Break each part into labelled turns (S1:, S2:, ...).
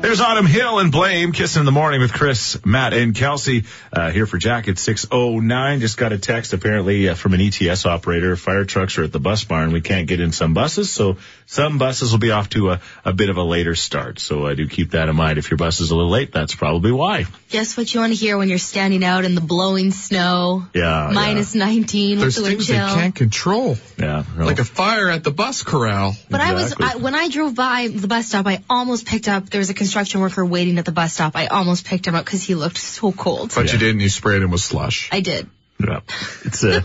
S1: There's Autumn Hill and Blame kissing in the morning with Chris, Matt, and Kelsey uh, here for Jack at 609. Just got a text apparently uh, from an ETS operator. Fire trucks are at the bus barn. We can't get in some buses, so some buses will be off to a, a bit of a later start. So I do keep that in mind. If your bus is a little late, that's probably why.
S2: Just what you want to hear when you're standing out in the blowing snow.
S1: Yeah,
S2: Minus 19
S3: There's
S2: with the wind
S3: things they
S2: chill.
S3: can't control,
S1: Yeah, no.
S3: like a fire at the bus corral.
S2: but I was
S1: Exactly.
S2: I, when I drove by the bus stop, I almost picked up. There was a construction worker waiting at the bus stop. I almost picked him up because he looked so cold.
S3: But you didn't. You sprayed him with slush.
S2: I did.
S1: Yeah. It's uh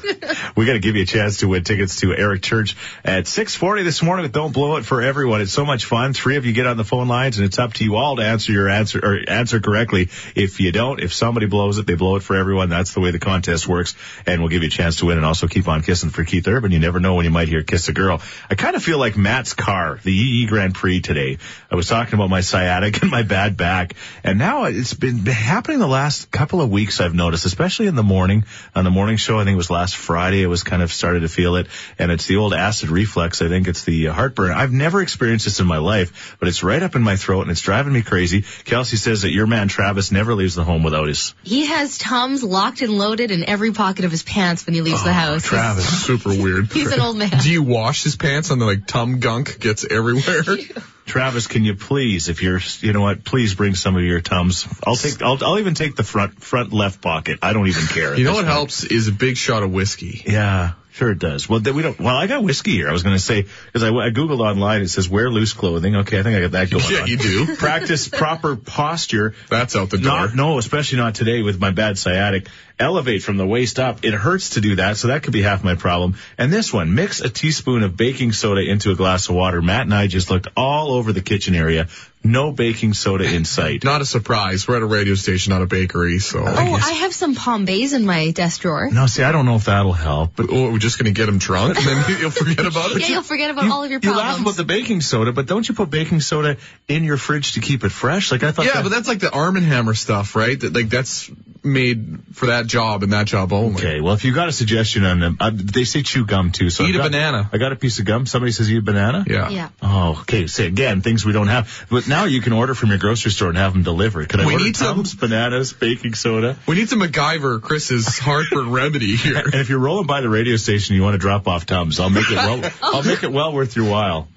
S1: we got to give you a chance to win tickets to Eric Church at 6:40 this morning. With Don't blow it for everyone. It's so much fun. Three of you get on the phone lines, and it's up to you all to answer your answer or answer correctly. If you don't, if somebody blows it, they blow it for everyone. That's the way the contest works, and we'll give you a chance to win. And also keep on kissing for Keith Urban. You never know when you might hear "Kiss a Girl." I kind of feel like Matt's car, the EE E Grand Prix today. I was talking about my sciatic and my bad back, and now it's been happening the last couple of weeks. I've noticed, especially in the morning on the morning show. I think it was last Friday. I was kind of started to feel it, and it's the old acid reflux. I think it's the uh, heartburn. I've never experienced this in my life, but it's right up in my throat, and it's driving me crazy. Kelsey says that your man Travis never leaves the home without his.
S2: He has Tums locked and loaded in every pocket of his pants when he leaves the house.
S3: Oh, Travis, super weird.
S2: He's an old man.
S3: Do you wash his pants and then like tum gunk gets everywhere?
S1: Travis, can you please, if you're, you know what, please bring some of your tums. I'll take, I'll, I'll even take the front front left pocket. I don't even care. at
S3: you know
S1: this
S3: what
S1: point.
S3: helps is a big shot of whiskey.
S1: Yeah, sure it does. Well, then we don't. Well, I got whiskey here. I was going to say because I, I googled online. It says wear loose clothing. Okay, I think I got that going
S3: Yeah,
S1: on.
S3: you do.
S1: Practice proper posture.
S3: That's out the door.
S1: Not, no, especially not today with my bad sciatic. Elevate from the waist up. It hurts to do that, so that could be half my problem. And this one, mix a teaspoon of baking soda into a glass of water. Matt and I just looked all over the kitchen area. No baking soda in sight.
S3: Not a surprise. We're at a radio station, not a bakery, so I
S2: oh,
S3: guess-
S2: I have some Palm Bays in my desk drawer.
S1: No, see, I don't know if that'll help.
S3: But oh, we're just gonna get him drunk and then you'll forget about it.
S2: Yeah, you'll forget about all of your
S1: You
S2: problems.
S1: laugh about the baking soda, but don't you put baking soda in your fridge to keep it fresh? Like I thought.
S3: Yeah,
S1: that-
S3: but that's like the Arm and Hammer stuff, right? That like that's made for that job and that job only.
S1: Okay, well, if you got a suggestion on them, uh, they say chew gum too. So
S3: Eat
S1: I've
S3: a
S1: got-
S3: banana.
S1: I got a piece of gum. Somebody says eat a banana.
S3: Yeah.
S2: yeah.
S1: Oh, okay. Say again, things we don't have. But now you can order from your grocery store and have them delivered. Could I
S3: We
S1: order
S3: need some-
S1: Tums, bananas, baking soda?
S3: We need some MacGyver Chris's heartburn remedy here.
S1: And if you're rolling by the radio station, you want to drop off Tums. I'll make it well. I'll make it well worth your while.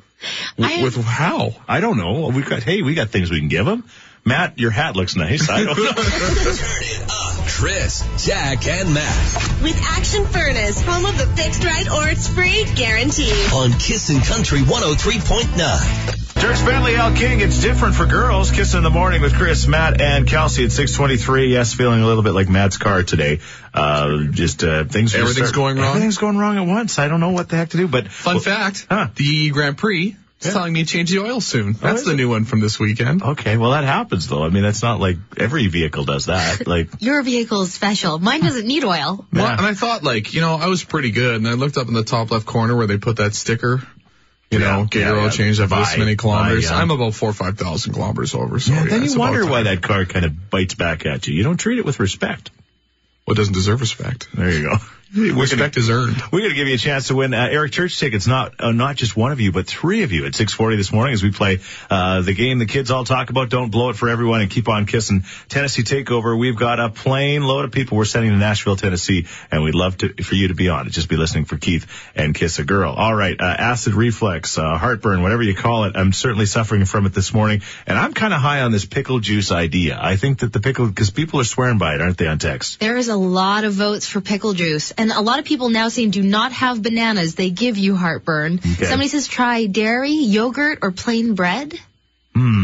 S2: I-
S3: With how?
S1: I don't know. We got hey, we got things we can give them. Matt, your hat looks nice. I don't know.
S4: Turn it up. Chris, Jack, and Matt
S5: with Action Furnace, home of the fixed right or it's free guarantee.
S4: on Kissin' Country 103.9.
S1: Dirks Bentley, Al King. It's different for girls. Kiss in the morning with Chris, Matt, and Kelsey at 6:23. Yes, feeling a little bit like Matt's car today. Uh, just uh, things. are just
S3: Everything's going wrong?
S1: Everything's going wrong at once. I don't know what the heck to do. But
S3: Fun
S1: well,
S3: fact,
S1: Huh. Oh,
S3: the EE Grand Prix is telling me to change the oil soon. That's
S1: is
S3: the
S1: it? Oh,
S3: new one from this weekend.
S1: Okay, well that happens though. I mean, that's not like every vehicle does that. Like,
S2: Your vehicle is special. Mine doesn't need oil.
S3: Well,
S1: yeah.
S3: and I thought like, you know, I was pretty good and I looked up in the top left corner where they put that sticker. You
S1: Yeah,
S3: know, get
S1: yeah,
S3: your oil
S1: yeah.
S3: changed after
S1: Buy-
S3: this many kilometers.
S1: buy, yeah.
S3: I'm about four or five thousand kilometers over. So
S1: Yeah,
S3: yeah,
S1: then
S3: it's
S1: you
S3: about
S1: wonder why
S3: time.
S1: that car kind of bites back at you. You don't treat it with respect.
S3: Well, it doesn't deserve respect.
S1: There you go.
S3: Respect is earned.
S1: We're going to give you a chance to win uh, Eric Church tickets. Not uh, not just one of you, but three of you at 6:40 this morning as we play uh, the game the kids all talk about. Don't blow it for everyone and keep on kissing. Tennessee takeover. We've got a plane load of people we're sending to Nashville, Tennessee, and we'd love to for you to be on it. Just be listening for Keith and kiss a girl. All right, uh, acid reflux, uh, heartburn, whatever you call it. I'm certainly suffering from it this morning, and I'm kind of high on this pickle juice idea. I think that the pickle because people are swearing by it, aren't they on text?
S2: There is a lot of votes for pickle juice, and a lot of people now saying do not have bananas; they give you heartburn. Somebody says try dairy, yogurt, or plain bread. Hmm.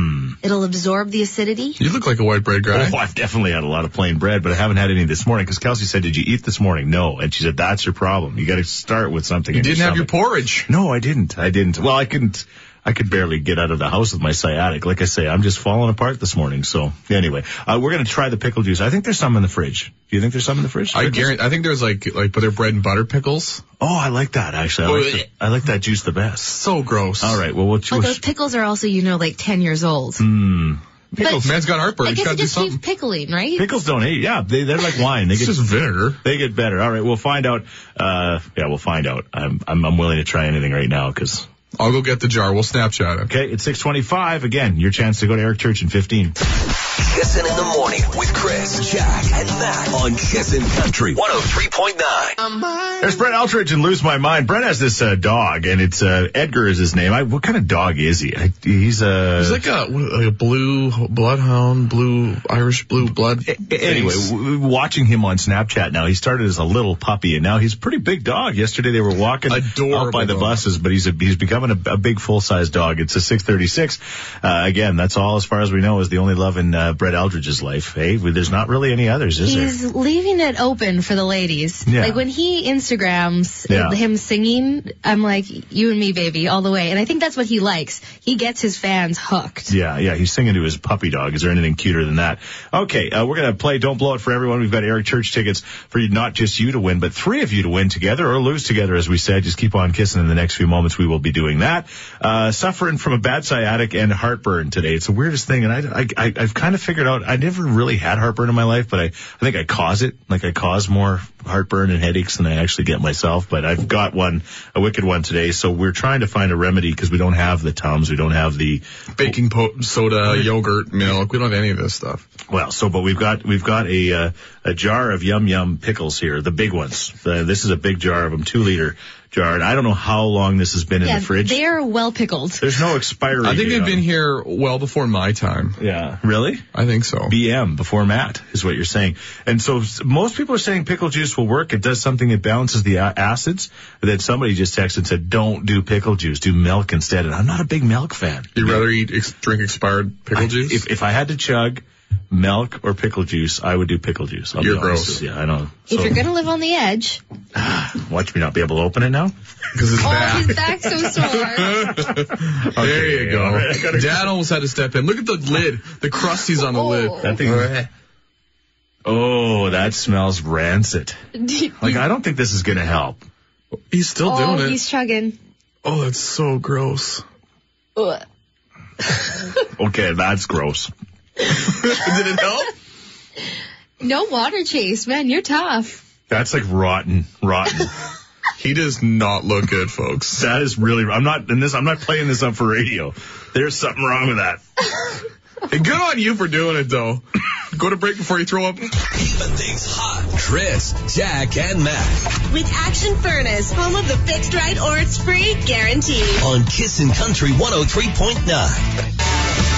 S2: It'll absorb the acidity.
S3: You look like a white bread guy.
S1: Oh, I've definitely had a lot of plain bread, but I haven't had any this morning because Kelsey said, "Did you eat this morning?" No, and she said, "That's your problem. You got to start with something."
S3: you didn't have your porridge.
S1: No, I didn't. I didn't. Well, I couldn't. I could barely get out of the house with my sciatic. Like I say, I'm just falling apart this morning. So anyway, uh, we're gonna try the pickle juice. I think there's some in the fridge. Do you think there's some in the fridge?
S3: I guarantee. I think there's like like, but they're bread and butter pickles.
S1: Oh, I like that actually. I like, the- I like that juice the best.
S3: So gross.
S1: All right. Well, we'll
S2: But
S1: choose.
S2: those pickles are also, you know, like ten years old.
S1: Hmm. Pickles.
S3: Man's got heartburn.
S2: I
S3: He's
S2: guess
S3: got
S2: you
S3: to do
S2: just
S3: something.
S2: keep pickling, right?
S1: Pickles don't eat. Yeah, they, they're like wine. They
S3: It's
S1: get
S3: just vinegar.
S1: they get better. All right, we'll find out. Uh, yeah, we'll find out. I'm I'm, I'm willing to try anything right now because
S3: I'll go get the jar. We'll Snapchat it.
S1: okay, it's 6:25 again. Your chance to go to Eric Church in 15.
S4: Kissin' in the morning with Chris, Jack, and Matt oh on Kissin' Country 103.9.
S5: Um,
S1: There's Brett Eldridge and Lose My Mind. Brett has this uh, dog, and it's uh, Edgar is his name. I, what kind of dog is he? I, he's uh, a.
S3: It's like a, like a blue bloodhound, blue Irish blue blood.
S1: Anyway,
S3: face.
S1: w- w- watching him on Snapchat now, he started as a little puppy and now he's a pretty big dog. Yesterday they were walking
S3: Adorable
S1: up by the
S3: dog.
S1: buses, but he's a, he's becoming a, a big full size dog. It's a 636. Uh, again, that's all as far as we know is the only love in uh, Brett Eldridge's life. Hey, well, there's not really any others, is there?
S2: He's leaving it open for the ladies.
S1: Yeah.
S2: Like when he Instagrams
S1: Yeah.
S2: him singing, I'm like, you and me, baby, all the way. And I think that's what he likes. He gets his fans hooked.
S1: Yeah, yeah, he's singing to his puppy dog. Is there anything cuter than that? Okay, uh, we're gonna play "Don't Blow It" for everyone. We've got Eric Church tickets for you, not just you to win, but three of you to win together or lose together, as we said. Just keep on kissing. In the next few moments, we will be doing that. Uh, suffering from a bad sciatic and heartburn today. It's the weirdest thing, and I, I, I I've kind of figured out I never really had heartburn in my life, but I, I think I cause it. Like I cause more heartburn and headaches than I actually get myself. But I've got one, a wicked one today. So we're trying to find a remedy because we don't have the tums, we don't have the
S3: Baking po- soda, yogurt, milk. We don't have any of this stuff.
S1: Well, so but we've got we've got a uh, a jar of yum yum pickles here, the big ones. Uh, this is a big jar of them, two liter jar, and I don't know how long this has been in the fridge.
S2: they're well pickled.
S1: There's no expiry.
S3: I
S1: date
S3: think they've
S1: on
S3: been
S1: them.
S3: here well before my time.
S1: Yeah, really.
S3: I think so.
S1: BM before Matt is what you're saying, and so s- most people are saying pickle juice will work. It does something that balances the a- acids. And then somebody just texted and said, "Don't do pickle juice, do milk instead." And I'm not a big milk fan.
S3: You'd rather eat ex- drink expired pickle juice?
S1: If, if I had to chug milk or pickle juice, I would do pickle juice. I'll be
S3: You're
S1: honest
S3: gross.
S1: with you. I know.
S2: If
S1: So-
S2: you're gonna live on the edge,
S1: Watch me not be able to open it now.
S3: Because it's
S2: oh,
S3: bad.
S2: his back's so sore.
S3: there you go.
S1: all right, I gotta-
S3: Dad almost had to step in. Look at the lid. The crusties on the
S2: Oh.
S3: lid.
S1: That thing. Oh, that smells rancid. Like I don't think this is gonna help.
S3: He's still
S2: oh,
S3: doing it.
S2: he's chugging.
S3: Oh, that's so gross.
S2: Ugh.
S1: Okay, that's gross.
S3: Did it help?
S2: No water chase, man. You're tough.
S1: That's like rotten, rotten.
S3: He does not look good, folks.
S1: that is really. I'm not in this. I'm not playing this up for radio. There's something wrong with that.
S3: Hey, good on you for doing it, though. Go to break before you throw up.
S4: Keeping things hot. Chris, Jack, and Matt
S5: With Action Furnace, home of the fixed right or it's free guarantee.
S4: on Kissin' Country 103.9.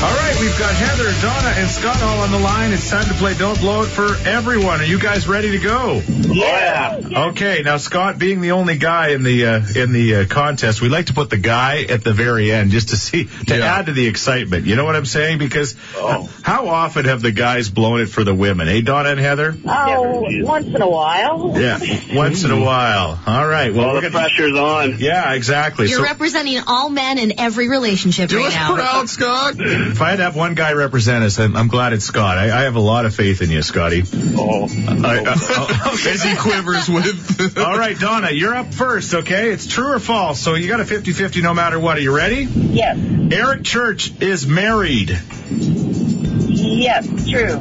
S1: All right, we've got Heather, Donna, and Scott all on the line. It's time to play Don't Blow It for everyone. Are you guys ready to go?
S6: Yeah.
S1: Okay, now Scott, being the only guy in the uh, in the uh, contest, we like to put the guy at the very end just to see to
S3: Yeah.
S1: add to the excitement. You know what I'm saying? Because
S6: Oh.
S1: how often have the guys blown it for the women? Hey, Donna and Heather.
S6: Oh, once in a while.
S1: Yeah, once in a while. All right. Well,
S6: All
S1: we're
S6: the
S1: gonna.
S6: pressure's on.
S1: Yeah, exactly.
S2: You're
S1: so
S2: representing all men in every relationship
S3: Do
S2: right
S3: us
S2: now.
S3: proud, Scott.
S1: if I had to have one guy represent us, I'm, I'm glad it's Scott. I, I have a lot of faith in you, Scotty.
S6: Oh.
S1: I- I-
S3: As he quivers with.
S1: Oh, all right, Donna, you're up first. Okay, it's true or false. So you got a 50-50 no matter what. Are you ready?
S6: Yes.
S1: Eric Church is married.
S6: Yes. True.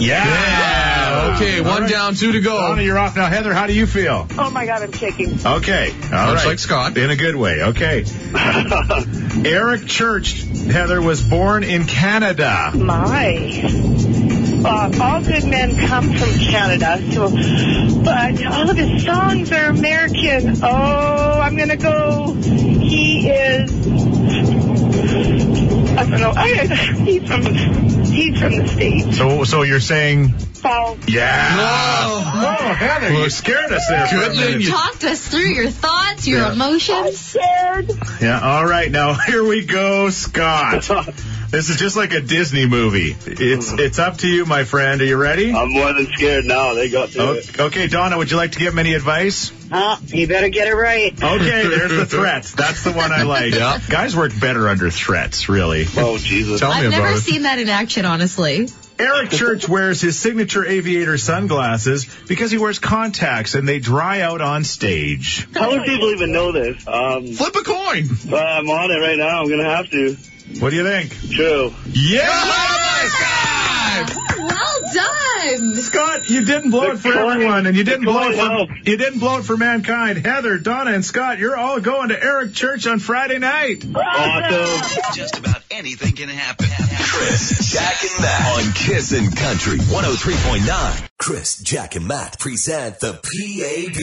S1: Yeah.
S3: Yeah. Okay,
S1: All
S3: one
S1: right.
S3: down, two to go.
S1: Donna, you're off now. Heather, how do you feel?
S6: Oh my God, I'm shaking.
S1: Okay. All right.
S3: like Scott.
S1: In a good way. Okay. Eric Church, Heather, was born in Canada.
S6: My. Uh, all good men come from Canada, so but all of his songs are American. Oh, I'm gonna go. He is. I don't know. I, he's from. He's from the states.
S1: So, so you're saying,
S6: False.
S1: yeah.
S3: Oh.
S1: Whoa, Heather, you
S3: Look.
S1: scared us there. For a
S3: Good thing
S1: minute.
S3: you-
S2: Talked us through your thoughts, your
S3: Yeah.
S2: emotions.
S1: Yeah. All right. Now here we go, Scott. This is just like a Disney movie. It's it's up to you, my friend. Are you ready?
S7: I'm more than scared now. Oh, They got to it.
S1: Okay, okay, Donna, would you like to give him any advice?
S6: Huh? You better get it right.
S1: Okay, there's the threats. That's the one I like.
S3: Yeah.
S1: Guys work better under threats, really.
S7: Oh Jesus!
S3: Tell me
S2: I've
S3: about
S2: never
S3: it.
S2: seen that in action, honestly.
S1: Eric Church wears his signature aviator sunglasses because he wears contacts and they dry out on stage.
S7: How would people even know this? Um,
S3: Flip a coin.
S7: but I'm on it right now. I'm gonna have to.
S1: What do you think?
S7: True.
S1: Yeah!
S2: Well done.
S1: Scott, you didn't blow it for
S7: The coin-
S1: everyone, and you didn't
S7: the
S1: blow it
S7: coin helped.
S1: for you didn't blow it for mankind. Heather, Donna, and Scott, you're all going to Eric Church on Friday night.
S7: Awesome.
S8: Just about anything can happen.
S4: Chris, Jack, and Matt on Kissin' Country 103.9. Chris, Jack, and Matt present the PAB,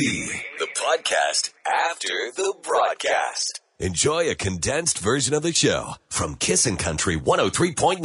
S4: the podcast after the broadcast. Enjoy a condensed version of the show from Kissin' Country 103.9.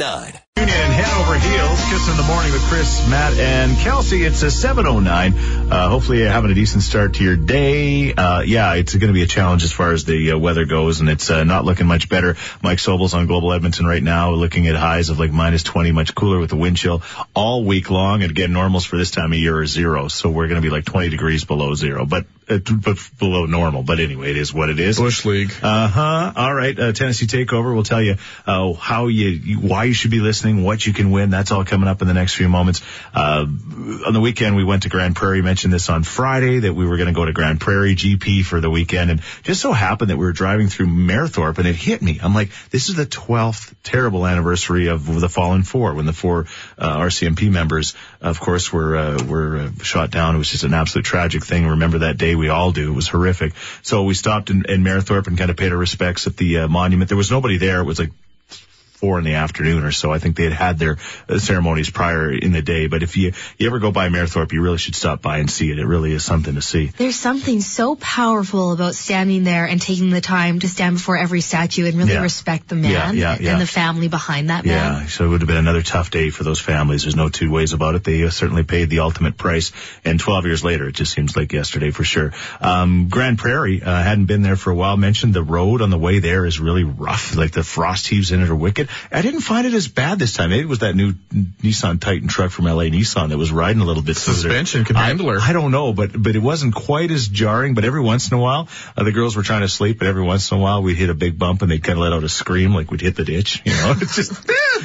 S1: Tune in head over heels, kiss in the morning with Chris, Matt, and Kelsey. It's a 709. Uh, hopefully you're having a decent start to your day. Uh, yeah, it's going to be a challenge as far as the uh, weather goes, and it's uh, not looking much better. Mike Sobel's on Global Edmonton right now, looking at highs of like minus 20, much cooler with the wind chill all week long. And again, normals for this time of year are zero, so we're going to be like 20 degrees below zero, but uh, but below normal. But anyway, it is what it is.
S3: Bush League.
S1: Uh huh. All right. Uh, Tennessee Takeover. We'll tell you uh, how you, why you should be listening, what you can win. That's all coming up in the next few moments. Uh, on the weekend, we went to Grand Prairie. Mentioned this on Friday that we were going to go to Grand Prairie GP for the weekend, and just so happened that we were driving through Merthorpe, and it hit me. I'm like, this is the 12th terrible anniversary of the Fallen Four, when the four uh, RCMP members, of course, were uh, were uh, shot down. It was just an absolute tragic thing. Remember that day? We all do. It was horrific. So we stopped in, in Merthorpe and kind of paid our respects at the uh, monument. There was nobody there. It was like four in the afternoon or so. I think they had had their uh, ceremonies prior in the day. But if you, you ever go by Merthorpe, you really should stop by and see it. It really is something to see.
S2: There's something so powerful about standing there and taking the time to stand before every statue and really
S1: Yeah.
S2: respect the man
S1: Yeah, yeah, yeah.
S2: and the family behind that man.
S1: Yeah, so it would have been another tough day for those families. There's no two ways about it. They uh, certainly paid the ultimate price. And 12 years later, it just seems like yesterday for sure. Um, Grand Prairie uh, hadn't been there for a while. Mentioned the road on the way there is really rough. Like the frost heaves in it are wicked. I didn't find it as bad this time. Maybe it was that new Nissan Titan truck from LA Nissan that was riding a little bit. smoother.
S3: Suspension can
S1: I-
S3: handle her.
S1: I don't know, but but it wasn't quite as jarring. But every once in a while, uh, the girls were trying to sleep, but every once in a while, we'd hit a big bump and they'd kind of let out a scream, like we'd hit the ditch. You know, it's just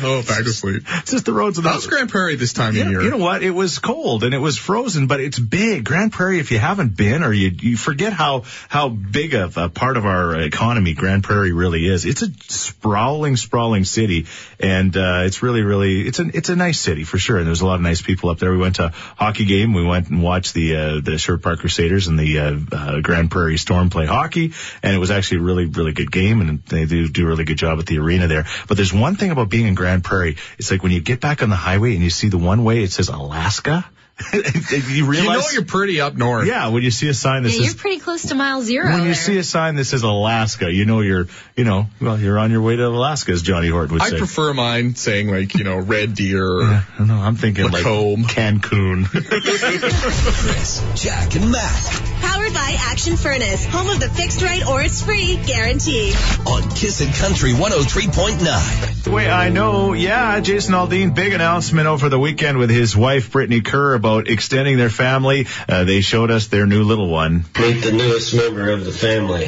S3: Oh, back to sleep.
S1: it's just the roads of
S3: How's Grand Prairie this time
S1: you
S3: of
S1: know,
S3: year?
S1: you know what? It was cold and it was frozen, but it's big. Grand Prairie, if you haven't been or you, you forget how, how big of a part of our economy Grand Prairie really is. It's a sprawling, sprawling city and, uh, it's really, really, it's an, it's a nice city for sure. And there's a lot of nice people up there. We went to a hockey game. We went and watched the, uh, the Sherwood Park Crusaders and the, uh, uh, Grand Prairie Storm play hockey. And it was actually a really, really good game and they do do a really good job at the arena there. But there's one thing about being in Grand Prairie. It's like when you get back on the highway and you see the one way, it says Alaska. you
S3: You know
S1: realize.
S3: you're pretty up north.
S1: yeah, when you see a sign that
S2: Yeah, you're
S1: says
S2: pretty close to mile zero.
S1: when you
S2: there.
S1: see a sign that says Alaska, you know you're you know well you're on your way to Alaska, as Johnny Hort would
S3: I
S1: say.
S3: prefer mine saying like, you know, Red Deer. or-
S1: I don't know. I'm thinking
S3: Lacombe.
S1: like Cancun.
S4: Chris, Jack, and Matt
S5: Powered by Action Furnace, home of the fixed right or it's free guarantee.
S4: on Kissin' Country 103.9.
S1: The way I know, yeah, Jason Aldean, big announcement over the weekend with his wife Brittany Kerr about extending their family. Uh, they showed us their new little one,
S9: Meet the newest member of the family,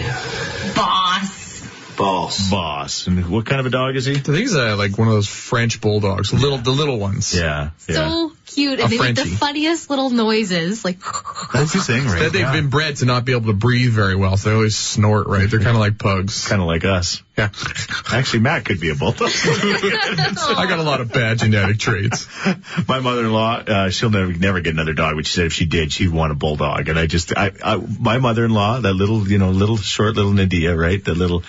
S2: boss.
S9: Boss.
S1: Boss. And what kind of a dog is he?
S3: I think it's uh, like one of those French bulldogs, little the little ones.
S1: Yeah, yeah.
S2: So cute. And
S3: A
S2: they make the
S3: Frenchie.
S2: funniest little noises. Like,
S1: That's his thing, right?
S3: That they've been bred to not be able to breathe very well, so they always snort. Right? They're kind of like pugs.
S1: kind of like us.
S3: Yeah.
S1: Actually, Matt could be a bulldog.
S3: I got a lot of bad genetic traits.
S1: My mother-in-law, uh, she'll never never get another dog. But she said if she did, she'd want a bulldog. And I just, I, I my mother-in-law, that little, you know, little short little Nadia, right? The little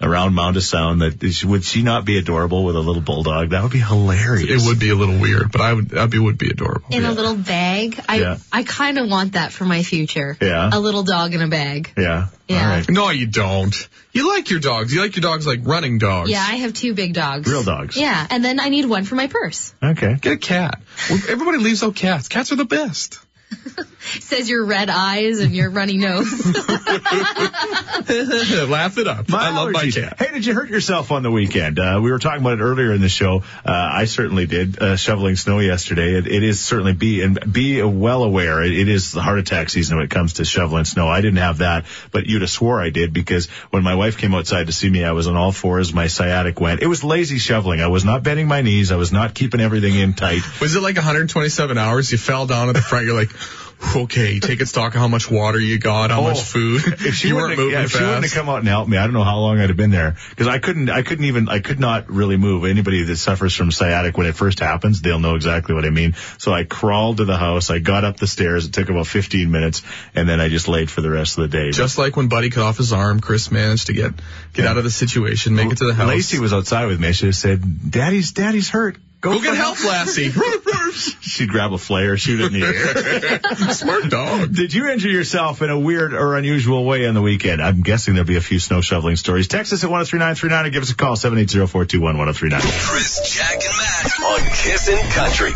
S1: around mound of sound. That is- would she not be adorable with a little bulldog? That would be hilarious.
S3: It would be a little weird, but I would. That would be- would be adorable.
S2: in a little bag. I,
S1: Yeah.
S2: I kind of want that for my future.
S1: Yeah.
S2: A little dog in a bag.
S1: Yeah.
S2: Yeah.
S1: All right.
S3: No, you don't. You like your dogs. You like your dogs like running dogs.
S2: Yeah, I have two big dogs.
S1: Real dogs.
S2: Yeah, and then I need one for my purse.
S1: Okay.
S3: Get a cat. Well, Everybody leaves out cats. Cats are the best.
S2: says your red eyes and your runny nose.
S3: Laugh it up. I love my
S1: allergies.
S3: cat.
S1: Hey, did you hurt yourself on the weekend? Uh, we were talking about it earlier in the show. Uh, I certainly did, uh, shoveling snow yesterday. It, it is certainly be, and be well aware, it, it is the heart attack season when it comes to shoveling snow. I didn't have that, but you'd have swore I did because when my wife came outside to see me, I was on all fours. My sciatic went. It was lazy shoveling. I was not bending my knees. I was not keeping everything in tight.
S3: Was it like 127 hours? You fell down at the front. You're like, okay, taking stock of how much water you got, how much food.
S1: Oh. If she
S3: you
S1: wouldn't, have,
S3: weren't moving
S1: yeah, if
S3: fast.
S1: she wouldn't have come out and helped me, I don't know how long I'd have been there because I couldn't, I couldn't even, I could not really move. Anybody that suffers from sciatic when it first happens, they'll know exactly what I mean. So I crawled to the house, I got up the stairs, it took about 15 minutes, and then I just laid for the rest of the day.
S3: Just like when Buddy cut off his arm, Chris managed to get get out of the situation, make it to the house.
S1: Lacey was outside with me. She just said, "Daddy's, Daddy's hurt. Go,
S3: Go
S1: for
S3: get help, Lassie.
S1: She'd grab a flare, shoot it in the air.
S3: Smart dog.
S1: Did you injure yourself in a weird or unusual way on the weekend? I'm guessing there'll be a few snow shoveling stories. Text us at 103939 or give us a call 780-421-1039.
S4: Chris, Jack, and Matt on Kissin' Country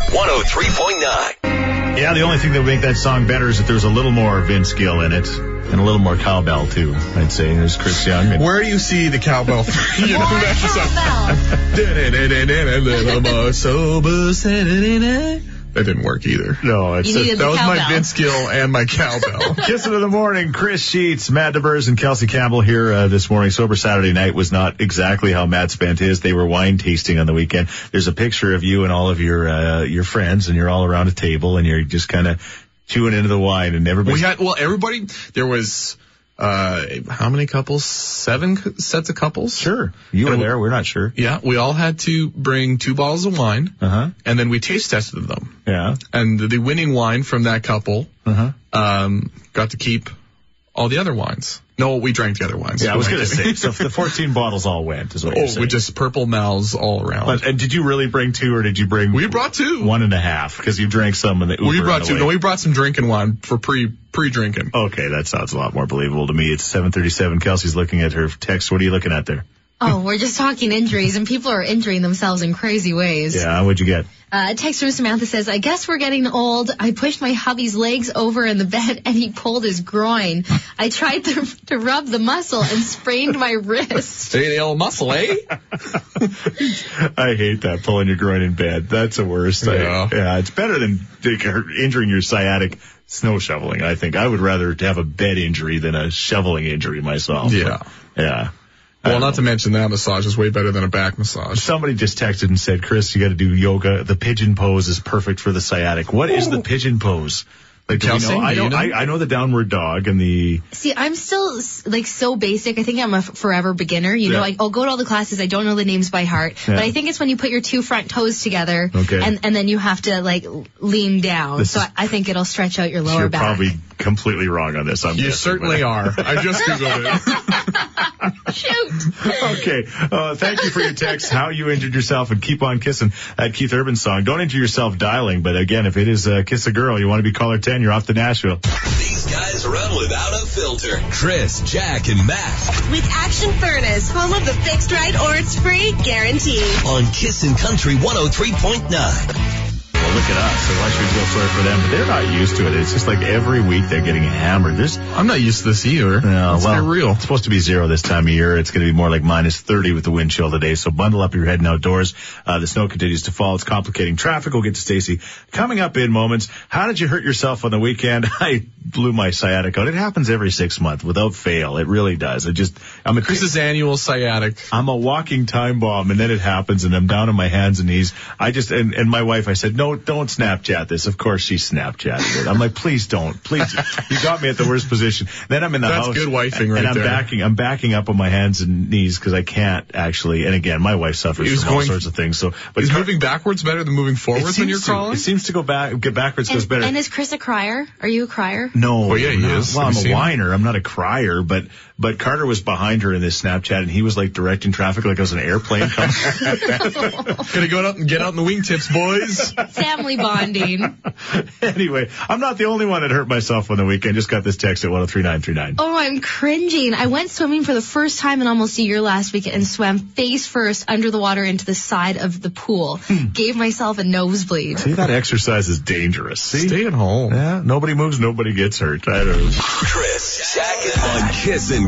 S4: 103.9.
S1: Yeah, the only thing that would make that song better is if there's a little more Vince Gill in it and a little more cowbell too. I'd say there's Chris Young. And
S3: Where do you see the cowbell? you know, that's just like, "Da-da-da-da-da-da-da, more sober, sa-da-da-da." That didn't work either.
S1: no, it's
S2: You
S1: just-
S2: needed
S3: That
S2: the
S3: was my
S2: cowbell.
S3: Vince Gill and my cowbell.
S1: Kissing in the morning, Chris Sheets, Matt DeBurs, and Kelsey Campbell here uh, this morning. Sober Saturday night was not exactly how Matt spent his. They were wine tasting on the weekend. There's a picture of you and all of your uh, your friends, and you're all around a table, and you're just kind of chewing into the wine, and
S3: We
S1: everybody.
S3: had well, everybody. There was uh how many couples? Seven c- sets of couples.
S1: sure, you were
S3: And we-
S1: there. We're not sure.
S3: Yeah, we all had to bring two bottles of wine,
S1: Uh huh.
S3: and then we taste tested them.
S1: Yeah.
S3: And the winning wine from that couple
S1: Uh huh.
S3: um, got to keep all the other wines. No, we drank the other wines.
S1: Yeah, I was
S3: Am
S1: gonna
S3: kidding?
S1: say. So the 14 bottles all went. Is what you're
S3: Oh,
S1: saying.
S3: we just purple mouths all around.
S1: But and did you really bring two, or did you bring
S3: we brought two.
S1: one and a half? Because you drank some in the Uber
S3: we
S1: on
S3: brought
S1: the
S3: two.
S1: way. Oh.
S3: No, we brought some drinking wine for pre pre drinking.
S1: Okay, that sounds a lot more believable to me. It's 7:37. Kelsey's looking at her text. What are you looking at there?
S2: oh, we're just talking injuries, and people are injuring themselves in crazy ways.
S1: Yeah, what'd you get?
S2: Uh, a text from Samantha says, I guess we're getting old. I pushed my hubby's legs over in the bed and he pulled his groin. I tried to, to rub the muscle and sprained my wrist.
S3: Hey, the old muscle, eh?
S1: I hate that pulling your groin in bed. That's the worst. I-
S3: Yeah.
S1: yeah, it's better than dig- injuring your sciatic snow shoveling. I think I would rather have a bed injury than a shoveling injury myself.
S3: Yeah.
S1: yeah.
S3: well, not to mention that massage is way better than a back massage.
S1: Somebody just texted and said, Chris, you got to do yoga. The pigeon pose is perfect for the sciatic. What is the pigeon pose? Like, do we
S3: Kelsey,
S1: know? I
S3: do you
S1: know,
S3: know?
S1: I, I know the downward dog and the
S2: See, I'm still s- like so basic. I think I'm a f- forever beginner. You know,
S1: Yeah.
S2: I, I'll go to all the classes. I don't know the names by heart, but
S1: Yeah.
S2: I think it's when you put your two front toes together
S1: Okay.
S2: and, and then you have to like lean down.
S1: This
S2: so
S1: is-
S2: I, I think it'll stretch out your lower
S1: you're
S2: back.
S1: probably completely wrong on this. I'm
S3: You
S1: guessing, but-
S3: certainly are. I just googled it.
S2: Shoot.
S1: Okay. Uh, thank you for your text. How you injured yourself and keep on kissing that Keith Urban song. Don't injure yourself dialing. But again, if it is uh, kiss a girl, you want to be caller ten. You're off to Nashville.
S4: These guys run without a filter. Chris, Jack, and Matt
S5: With Action Furnace, home of the fixed right or it's free guarantee.
S4: on Kissin' Country 103.9.
S1: Well, look at us. So why should we feel sorry for them? But they're not used to it. It's just like every week they're getting hammered. There's
S3: I'm not used to this either.
S1: Yeah,
S3: Let's
S1: well,
S3: be real.
S1: It's supposed to be zero this time of year. It's going to be more like minus 30 with the wind chill today. So bundle up. You're heading outdoors. Uh, the snow continues to fall. It's complicating traffic. We'll get to Stacy coming up in moments. How did you hurt yourself on the weekend? I blew my sciatic out. It happens every six months without fail. It really does. It just, I'm a,
S3: Chris's annual sciatic.
S1: I'm a walking time bomb and then it happens and I'm down on my hands and knees. I just, and, and my wife, I said, no, don't Snapchat this. Of course she Snapchatted it. I'm like, please don't, please. You got me at the worst position. Then I'm in the
S3: That's
S1: house.
S3: good wifing
S1: and
S3: right
S1: I'm
S3: there.
S1: backing, I'm backing up on my hands and knees because I can't actually, and again, my wife suffers
S3: He was
S1: from all
S3: going-
S1: sorts of things. So, but
S3: Is
S1: car-
S3: moving backwards better than moving
S1: it
S3: forwards when you're
S1: seems to-
S3: crawling?
S1: It seems to go back, get backwards goes
S2: And,
S1: better.
S2: and is Chris a crier? Are you a crier?
S1: No.
S3: Oh, yeah, he
S1: I'm not-
S3: is.
S1: Well,
S3: Have you
S1: I'm
S3: seen
S1: a
S3: him?
S1: whiner. I'm not a crier, but but Carter was behind her in this Snapchat, and he was like directing traffic like it was an airplane. coming.
S3: Gonna go out and get out in the wingtips, boys.
S2: Sam, family bonding.
S1: anyway, I'm not the only one that hurt myself on the weekend. Just got this text at 103939.
S2: Oh, I'm cringing. I went swimming for the first time in almost a year last week and swam face first under the water into the side of the pool.
S1: Hmm.
S2: Gave myself a nosebleed.
S1: See, that exercise is dangerous. See?
S3: Stay at home.
S1: Yeah, nobody moves, nobody gets hurt. I don't know.
S4: Chris, Jack, and Matt. On Kissin'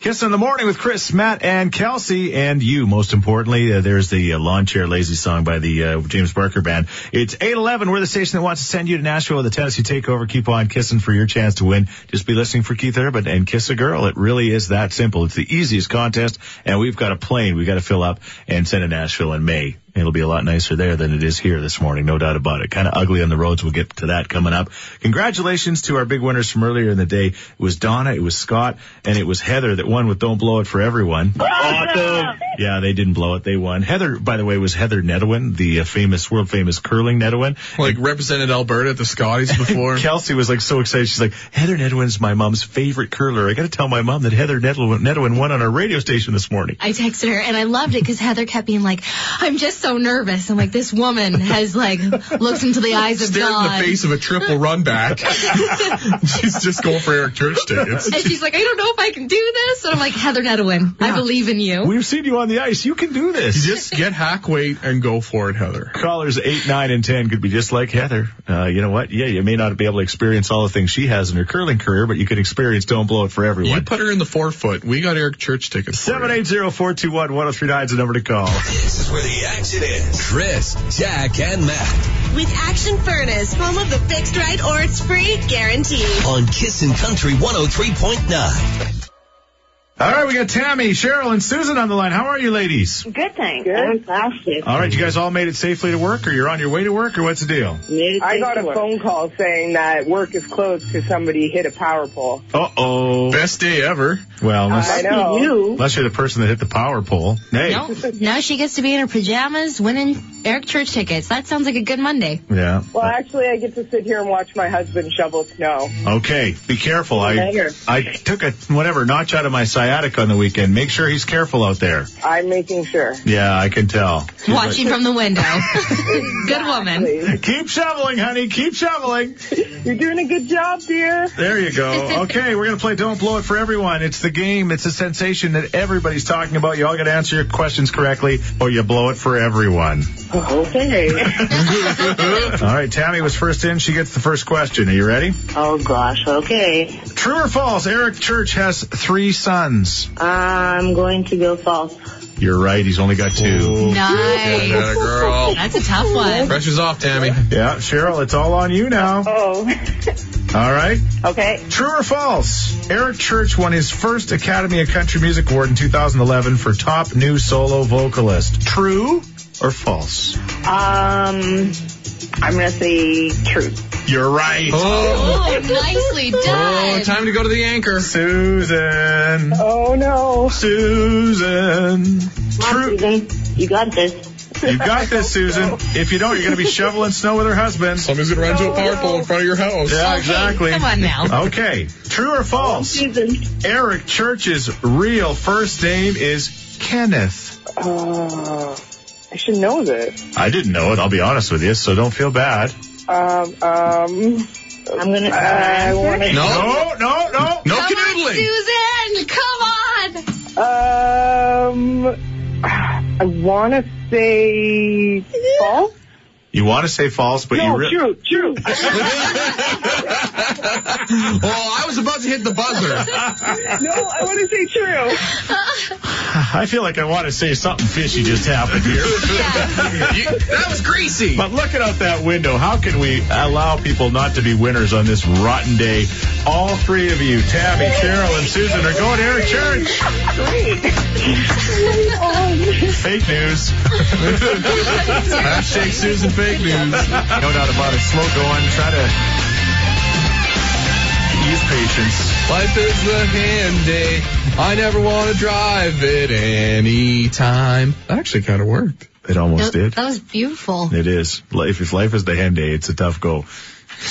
S1: Kiss in the morning with Chris, Matt, and Kelsey, and you. Most importantly, uh, there's the uh, lawn chair lazy song by the uh, James Barker Band. It's eight eleven. We're the station that wants to send you to Nashville with the Tennessee Takeover. Keep on kissing for your chance to win. Just be listening for Keith Urban and kiss a girl. It really is that simple. It's the easiest contest, and we've got a plane we got to fill up and send to Nashville in May. It'll be a lot nicer there than it is here this morning, no doubt about it. Kind of ugly on the roads. We'll get to that coming up. Congratulations to our big winners from earlier in the day. It was Donna, it was Scott, and it was Heather that won with Don't Blow It for Everyone.
S7: Awesome.
S1: Yeah, they didn't blow it. They won. Heather, by the way, was Heather Nedewin, the uh, famous, world famous curling Nedewin.
S3: Like represented Alberta at the Scotties before.
S1: Kelsey was like so excited. She's like, Heather Nedwin's my mom's favorite curler. I got to tell my mom that Heather Nedwin, Nedwin won on our radio station this morning.
S2: I texted her and I loved it because Heather kept being like, I'm just so nervous. I'm like, this woman has like looked into the eyes of
S3: Stared in the
S2: God.
S3: face of a triple run back. She's just going for Eric Church tickets.
S2: And she's like, I don't know if I can do this. And I'm like, Heather Nedwin, I believe in you.
S1: We've seen you on the ice. You can do this.
S3: Just get hack weight and go for it, Heather.
S1: Callers 8, 9, and 10 could be just like Heather. Uh, you know what? Yeah, you may not be able to experience all the things she has in her curling career, but you can experience Don't Blow It for
S3: You
S1: everyone.
S3: put her in the forefoot. We got Eric Church tickets. for you.
S1: 780-421-1039 oh, is the number to call.
S4: This is where the action is. Chris, Jack, and Matt
S5: With Action Furnace, home of the fixed right or it's free guarantee.
S4: on Kissin' Country 103.9.
S1: All right, we got Tammy, Cheryl, and Susan on the line. How are you ladies?
S6: Good thing. Good. Fantastic.
S1: All right, you guys all made it safely to work, or you're on your way to work, or what's the deal?
S6: I got a phone call saying that work is closed because somebody hit a power pole.
S1: Uh-oh.
S3: Best day ever.
S1: Well,
S6: I
S1: unless,
S6: know.
S1: unless you're the person that hit the power pole. Hey.
S2: No, now she gets to be in her pajamas winning Eric Church tickets. That sounds like a good Monday.
S1: Yeah.
S6: Well, actually, I get to sit here and watch my husband shovel snow.
S1: Okay, be careful. I
S6: Later.
S1: I took a whatever notch out of my sciatica on the weekend. Make sure he's careful out there.
S6: I'm making sure.
S1: Yeah, I can tell.
S2: Watching from the window. good woman.
S6: Please.
S1: Keep shoveling, honey. Keep shoveling.
S6: You're doing a good job, dear.
S1: There you go. Okay, we're gonna play "Don't Blow It" for everyone. It's the game. It's a sensation that everybody's talking about. You all gotta answer your questions correctly, or you blow it for everyone.
S6: Okay.
S1: all right, Tammy was first in. She gets the first question. Are you ready?
S6: oh gosh. Okay.
S1: True or false? Eric Church has three sons.
S6: I'm going to go false.
S1: You're right. He's only got two.
S2: Nice.
S3: Atta girl.
S2: That's a tough one.
S3: Pressure's off, Tammy.
S1: Yeah, Cheryl, it's all on you now.
S6: Oh.
S1: All right.
S6: Okay.
S1: True or false? Eric Church won his first Academy of Country Music Award in 2011 for Top New Solo Vocalist. True or false?
S6: Um, I'm gonna say true.
S1: You're right.
S3: Oh,
S2: Oh, nicely
S3: oh,
S2: done.
S3: time to go to the anchor.
S1: Susan.
S6: Oh no.
S1: Susan. True.
S6: You got this.
S1: You got this, Susan. If you don't, you're going to be shoveling snow with her husband.
S3: Somebody's gonna run into a power pole in front of your house.
S1: Yeah,
S2: Oh, Okay,
S1: exactly.
S2: Come on now.
S1: Okay. True or
S6: Oh,
S1: false? Eric Church's real first name is Kenneth.
S6: Uh, I should know this.
S1: I didn't know it. I'll be honest with you, so don't feel bad.
S6: Um, um. I'm gonna. I want to.
S3: No,
S1: No, no, no.
S3: no
S2: Come on,
S3: canoodling.
S2: Susan. Come on.
S6: Um, I want to say false.
S1: You want to say false, but
S6: No,
S1: you really.
S6: true, true.
S3: Oh, I was about to hit the buzzer.
S6: no, I want to say true.
S1: I feel like I want to say something fishy just happened here.
S3: You- that was greasy.
S1: but looking out that window, how can we allow people not to be winners on this rotten day? All three of you, Tabby, Cheryl, and Susan, are going to Eric Church. Fake news.
S3: Hashtag Susan fake news.
S1: No doubt about it. Slow going. Try to use patience.
S3: Life is the handy. I never want to drive it any time. That actually kind of worked.
S1: It almost
S2: That-
S1: did.
S2: That was beautiful.
S1: It is. If if life is the hen day, it's a tough go.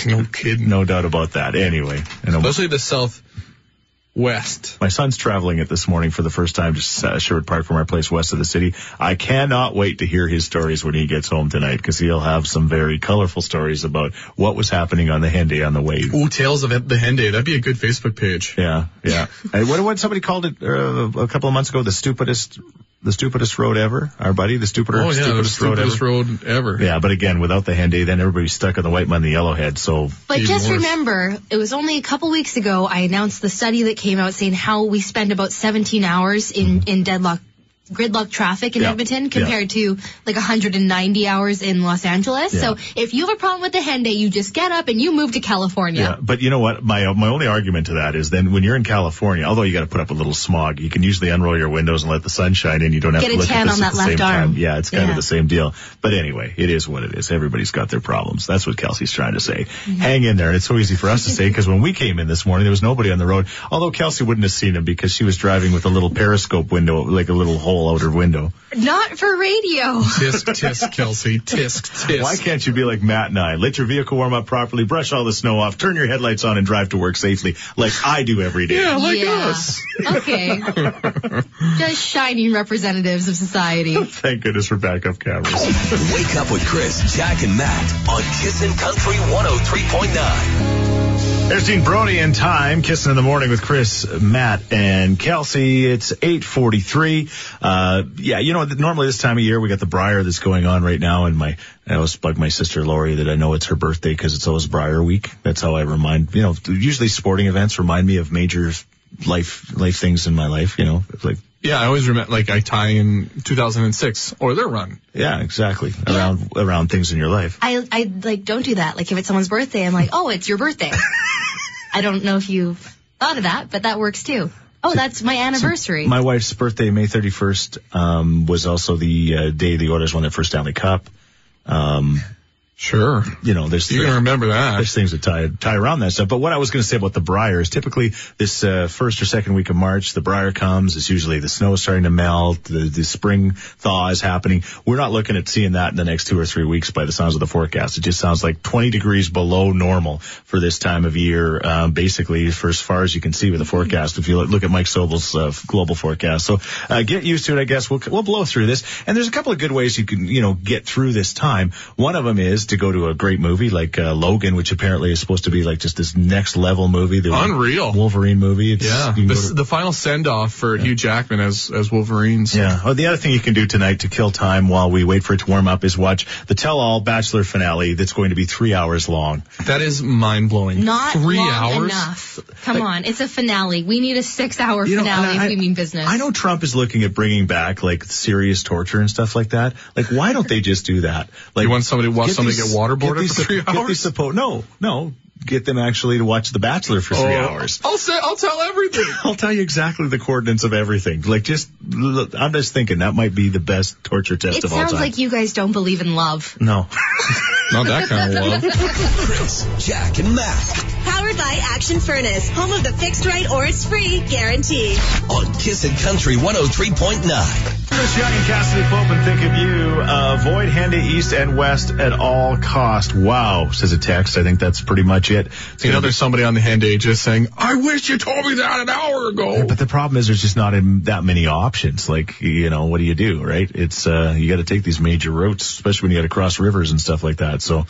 S3: No kidding.
S1: No doubt about that. Anyway, and I'm-
S3: Especially the southwest.
S1: my son's traveling it this morning for the first time to uh, Sherwood Park from our place west of the city. I cannot wait to hear his stories when he gets home tonight because he'll have some very colorful stories about what was happening on the hen day on the way.
S3: Ooh, Tales of the Hen Day. That'd be a good Facebook page.
S1: Yeah, yeah. hey, what what somebody called it uh, a couple of months ago? The stupidest, the stupidest road ever. Our buddy, the stupider,
S3: Oh, yeah, the
S1: stupidest road ever.
S3: stupidest road ever.
S1: Yeah, but again, without the hen day, then everybody's stuck on the white man, the yellowhead. So
S2: But
S3: Even
S2: just
S3: worse.
S2: remember, it was only a couple weeks ago I announced the study that came out saying how we spend about 17 hours in, in deadlock, gridlock traffic in
S1: Mm-hmm. Yeah.
S2: Edmonton compared to like 190 hours in Los Angeles. So if you have a problem with the hen day, you just get up and you move to California.
S1: Yeah, but you know what? My my only argument to that is then when you're in California, although you got to put up a little smog, you can usually unroll your windows and let the sun shine in. You don't have
S2: Get
S1: to
S2: a
S1: look at
S2: tan
S1: this
S2: on
S1: at the
S2: that
S1: same
S2: left arm.
S1: time. Yeah, it's kind
S2: Yeah.
S1: of the same deal. But anyway, it is what it is. Everybody's got their problems. That's what Kelsey's trying to say.
S2: Mm-hmm.
S1: Hang in there. And it's so easy for us to say because when we came in this morning, there was nobody on the road. Although Kelsey wouldn't have seen him because she was driving with a little periscope window, like a little hole out her window.
S2: Not for radio.
S3: Tisk, tisk, Kelsey. Tisk, tisk.
S1: Why can't you be like Matt and I? Let your vehicle warm up properly, brush all the snow off, turn your headlights on, and drive to work safely, like I do every day.
S3: yeah, like
S2: Yeah.
S3: us.
S2: Okay. just shining representatives of society.
S1: Thank goodness for backup cameras.
S4: Wake up with Chris, Jack, and Matt on Kissin' Country 103.9.
S1: There's Dean Brody in time, kissing in the morning with Chris, Matt, and Kelsey. It's 8:43. Uh, yeah, you know, normally this time of year we got the briar that's going on right now, and my I always bug my sister Lori that I know it's her birthday because it's always briar week. That's how I remind. You know, usually sporting events remind me of major life life things in my life. You know, like
S3: Yeah, I always remember, like, I tie in 2006 or their run.
S1: yeah, exactly around around things in your life.
S2: I, I like don't do that. Like if it's someone's birthday, I'm like, oh, it's your birthday. I don't know if you've thought of that, but that works too. Oh, that's my anniversary.
S1: My wife's birthday, May 31st, um, was also the uh, day the Oilers won their first Stanley Cup. Um,
S3: Sure.
S1: you know, there's
S3: You're going to remember that.
S1: there's things that tie tie around that stuff. But what I was going to say about the briar is typically this uh, first or second week of March, the briar comes. It's usually the snow is starting to melt, the, the spring thaw is happening. We're not looking at seeing that in the next two or three weeks by the sounds of the forecast. It just sounds like 20 degrees below normal for this time of year, uh, basically for as far as you can see with the forecast. If you look- look at Mike Sobel's uh, global forecast, so uh, get used to it. I guess we'll we'll blow through this. And there's a couple of good ways you can you know get through this time. One of them is to go to a great movie like uh, Logan, which apparently is supposed to be like just this next level movie, the
S3: Unreal.
S1: Wolverine movie. It's,
S3: Yeah.
S1: you can go
S3: This,
S1: to-
S3: the final send off for Hugh Jackman as, as Wolverines.
S1: yeah. Oh, the other thing you can do tonight to kill time while we wait for it to warm up is watch the tell-all Bachelor finale that's going to be three hours long.
S3: That is mind blowing.
S2: Not
S3: Three
S2: long
S3: hours?
S2: enough. Come on, it's a finale. We need a six-hour finale
S1: and
S2: if we mean business.
S1: I know Trump is looking at bringing back like serious torture and stuff like that. Like, why don't they just do that? Like,
S3: You want somebody to watch somebody get waterboarded
S1: these
S3: for three
S1: suppo- get these suppo- no, no, get them actually to watch The Bachelor for three
S3: Oh,
S1: hours.
S3: I'll say, I'll tell everything.
S1: I'll tell you exactly the coordinates of everything. Like, just look, I'm just thinking that might be the best torture test
S2: it
S1: of all time.
S2: sounds like you guys don't believe in love.
S1: no.
S3: Not that kind of love.
S4: Chris, Jack, and Matt
S5: Powered by Action Furnace, home of the fixed right or it's free guarantee.
S4: on Kissin' Country 103.9.
S1: Chris Young and Cassidy Pope and think of you. Uh, avoid Handy East and West at all cost. Wow, says a text. I think that's pretty much it. It's
S3: You
S1: gonna
S3: know, there's somebody on the hand day just saying, I wish you told me that an hour ago.
S1: But the problem is there's just not um, that many options. Like, you know, what do you do, right? It's, uh, you gotta take these major routes, especially when you gotta cross rivers and stuff like that. So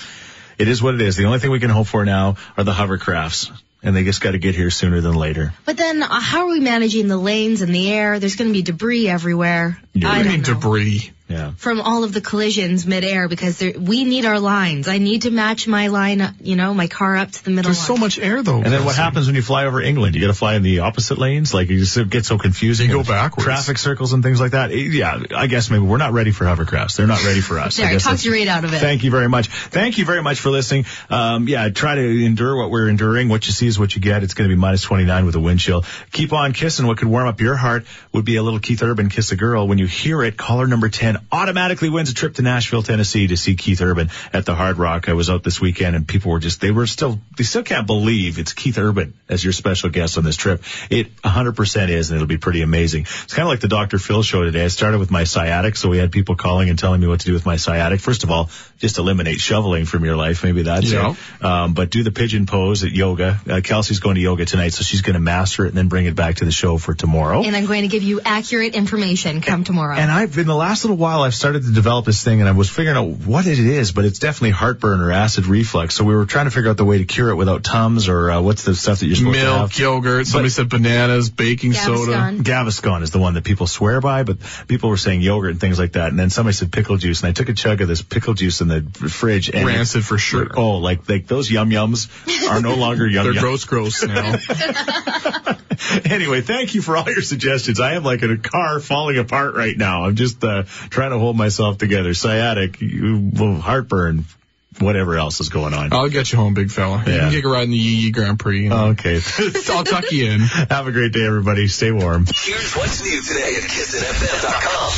S1: it is what it is. The only thing we can hope for now are the hovercrafts. And they just gotta get here sooner than later.
S2: But then, uh, how are we managing the lanes and the air? There's going to be debris everywhere.
S1: Yeah.
S2: I
S3: I
S2: don't
S3: mean,
S2: know.
S3: debris.
S1: Yeah.
S2: from all of the collisions midair because there, we need our lines. I need to match my line, uh, you know, my car up to the middle.
S3: There's so
S2: line.
S3: much air though.
S1: And then what happens when you fly over England? You gotta fly in the opposite lanes? Like, you just get so confusing.
S3: You go
S1: with
S3: backwards.
S1: Traffic circles and things like that. It- Yeah, I guess maybe we're not ready for hovercrafts. They're not ready for us. I
S2: There, I
S1: guess
S2: talked
S1: that's-
S2: you right out of it.
S1: Thank you very much. Thank you very much for listening. Um, yeah, try to endure what we're enduring. What you see is what you get. It's going to be minus 29 with a wind chill. Keep on kissing. What could warm up your heart would be a little Keith Urban kiss a girl. When you hear it, caller number 10 Urban automatically wins a trip to Nashville, Tennessee to see Keith Urban at the Hard Rock. I was out this weekend and people were just, they were still, they still can't believe it's Keith Urban as your special guest on this trip. It 100% is and it'll be pretty amazing. It's kind of like the Dr. Phil show today. I started with my sciatic, so we had people calling and telling me what to do with my sciatic. First of all, just eliminate shoveling from your life. Maybe that's
S3: Yeah.
S1: it. Um, but do the pigeon pose at yoga. Uh, Kelsey's going to yoga tonight, so she's going to master it and then bring it back to the show for tomorrow.
S2: And I'm going to give you accurate information come tomorrow.
S1: And I've in the last little while I've started to develop this thing, and I was figuring out what it is, but it's definitely heartburn or acid reflux. So we were trying to figure out the way to cure it without tums or uh, what's the stuff that you're supposed to
S3: Milk,
S1: have.
S3: yogurt. Somebody said bananas, baking soda.
S2: Gaviscon.
S1: Gaviscon is the one that people swear by, but people were saying yogurt and things like that. And then somebody said pickle juice, and I took a chug of this pickle juice in the fridge. And
S3: Rancid for sure.
S1: Oh, like like those yum yums are no longer yum
S3: They're
S1: yums.
S3: gross, gross now.
S1: anyway, thank you for all your suggestions. I am like in a car falling apart right now. I'm just uh, trying to hold myself together. Sciatic, you- well, heartburn, whatever else is going on.
S3: I'll get you home, big fella. You
S1: Yeah.
S3: can take a ride in the Yee Yee Grand Prix. and
S1: Okay.
S3: I'll tuck you in.
S1: Have a great day, everybody. Stay warm.
S4: Here's what's new today at KissNFM.com.